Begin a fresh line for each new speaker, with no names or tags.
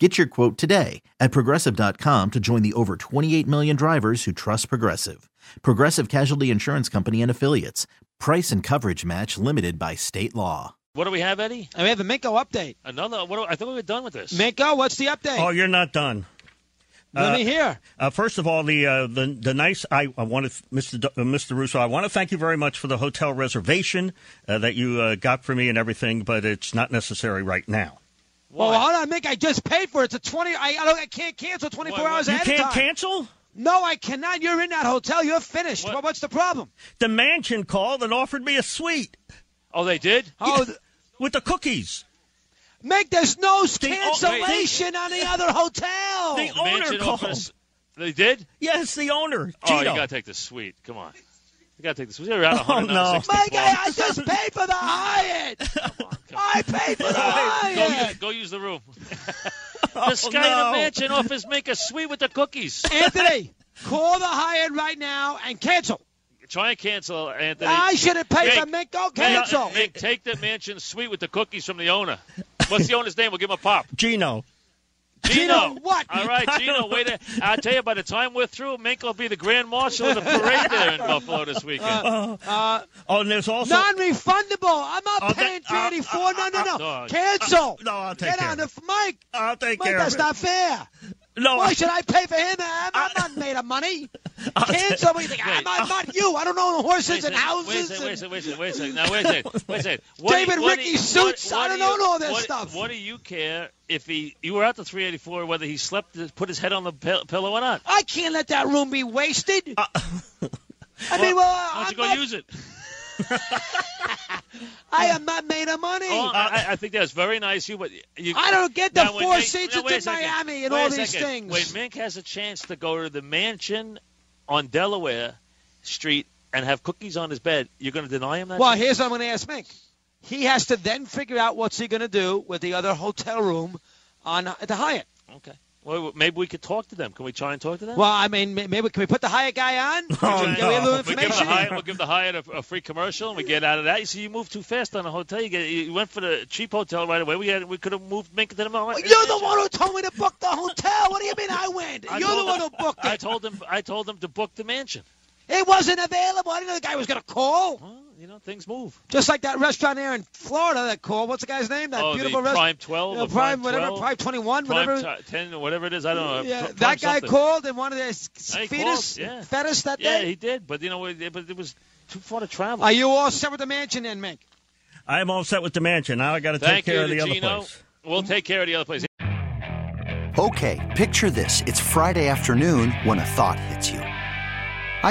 Get your quote today at progressive.com to join the over 28 million drivers who trust Progressive. Progressive Casualty Insurance Company and Affiliates. Price and coverage match limited by state law.
What do we have, Eddie?
And we have a Minko update.
Another? What do, I thought we were done with this.
Minko, what's the update?
Oh, you're not done.
Let
uh,
me hear.
Uh, first of all, the uh, the the nice. I, I want to, Mr. D- uh, Mr. Russo. I want to thank you very much for the hotel reservation uh, that you uh, got for me and everything, but it's not necessary right now.
Why?
Well, hold on, Mick. I just paid for it. It's a twenty. I, I don't. I can't cancel twenty four
Why- why-
hours
You
ahead
can't
of time.
cancel.
No, I cannot. You're in that hotel. You're finished.
What?
Well, what's the problem?
The mansion called and offered me a suite
oh, they did.
Oh, th-
with the cookies.
Mick, there's no
wait.
cancellation on the other hotel.
They-
oh, The
owner
mansion
called.
office- They did.
Yes, the owner.
Oh, you
Tito.
gotta take the suite. Come on. You gotta take the suite. We're out of
Oh,
100,
no.
60,
Mike, I, I
12.
just paid for the Hyatt.
Come on, come on.
I paid for the
Go, use-
Hyatt.
go use the room. this guy in
Oh, no.
the mansion offers make a suite with the cookies.
Anthony, call the Hyatt right now and cancel.
Try and cancel, Anthony.
Ah,
I should have paid for
Mick,
Minko.
Mick,
Cancel.
Mick, take the mansion suite with the cookies from the owner. What's the owner's name? We'll give him a pop.
Gino.
Gino,
Gino, what?
All right, Gino, wait a, I'll tell you, by the time we're through, Mink will be the grand marshal of the parade there in Buffalo this weekend.
Uh,
Oh, and there's also
Non-refundable. I'm not
Okay,
paying for
uh,
any four. No, no, no.
Oh, uh, no.
Cancel.
no, I'll take
Get
care
on
of
the Mike.
I'll take
Mike,
care
that's
of it.
not fair.
Oh,
No,
Why
I-
should I pay for him? I'm, I'm not made of money. Cancel. What do you think? I'm, I'm not you. I don't own horses and
uh, Wait a
houses.
second, wait a
and-
second, wait a second, wait a second. Now, wait a second, wait a second. What do you-
David
what do
Ricky
you-
suits, I don't
do you-
know all this
what-
stuff.
What do you care if he, you were out to 384, whether he slept, put his head on the pill- pillow or not?
I can't let that room be wasted. I
Uh,
mean, well,
Why don't you
I'm
go
not,
use it?
I am not made of money.
Oh, I, I- I think that's very nice. of You, but you,
I don't get the
Now, when
four
Mink-
seats
now, wait a
in
second.
Miami and
Wait a
all these
second.
things.
When Mink has a chance to go to the mansion on Delaware Street and have cookies on his bed, you're going to deny him that?
Well,
chance?
here's what I'm going to ask Mink. He has to then figure out what's he going to do with the other hotel room on at the Hyatt.
okay. Well, maybe we could talk to them. Can we try and talk to them?
Well, I mean, may- maybe can we put the Hyatt guy on?
Oh,
Can
no.
we have the
We give the
information?
Hyatt, we'll give the Hyatt a, a free commercial, and we get out of that. You see, you moved too fast on a hotel. You, get, you went for the cheap hotel right away. We had, we could have moved Mink to the
Well, You're the one who told me to book the hotel. What do you mean I went?
I
You're the
told
one
him-
who booked
I
it.
told him. I told him to book the mansion.
It wasn't available. I didn't know the guy was going to call.
Well, you know, things move.
Just like that restaurant there in Florida that called. What's the guy's name? That
oh,
beautiful
the Prime
restaurant.
12, or
Prime, whatever,
12,
Prime 21,
Prime
whatever.
ti- 10, or whatever it is. I don't know.
yeah,
Prime
that guy
something.
called and wanted his
Yeah, he
fetus,
called, yeah.
fetus that
Yeah,
day.
he did, but you know, it, but it was too far to travel.
Are you all set with the mansion then, Mink?
I'm all set with the mansion. Now I got to take
Thank
care
you,
of the
to
other
Gino.
place.
We'll take care of the other place.
Okay, picture this. It's Friday afternoon when a thought hits you. I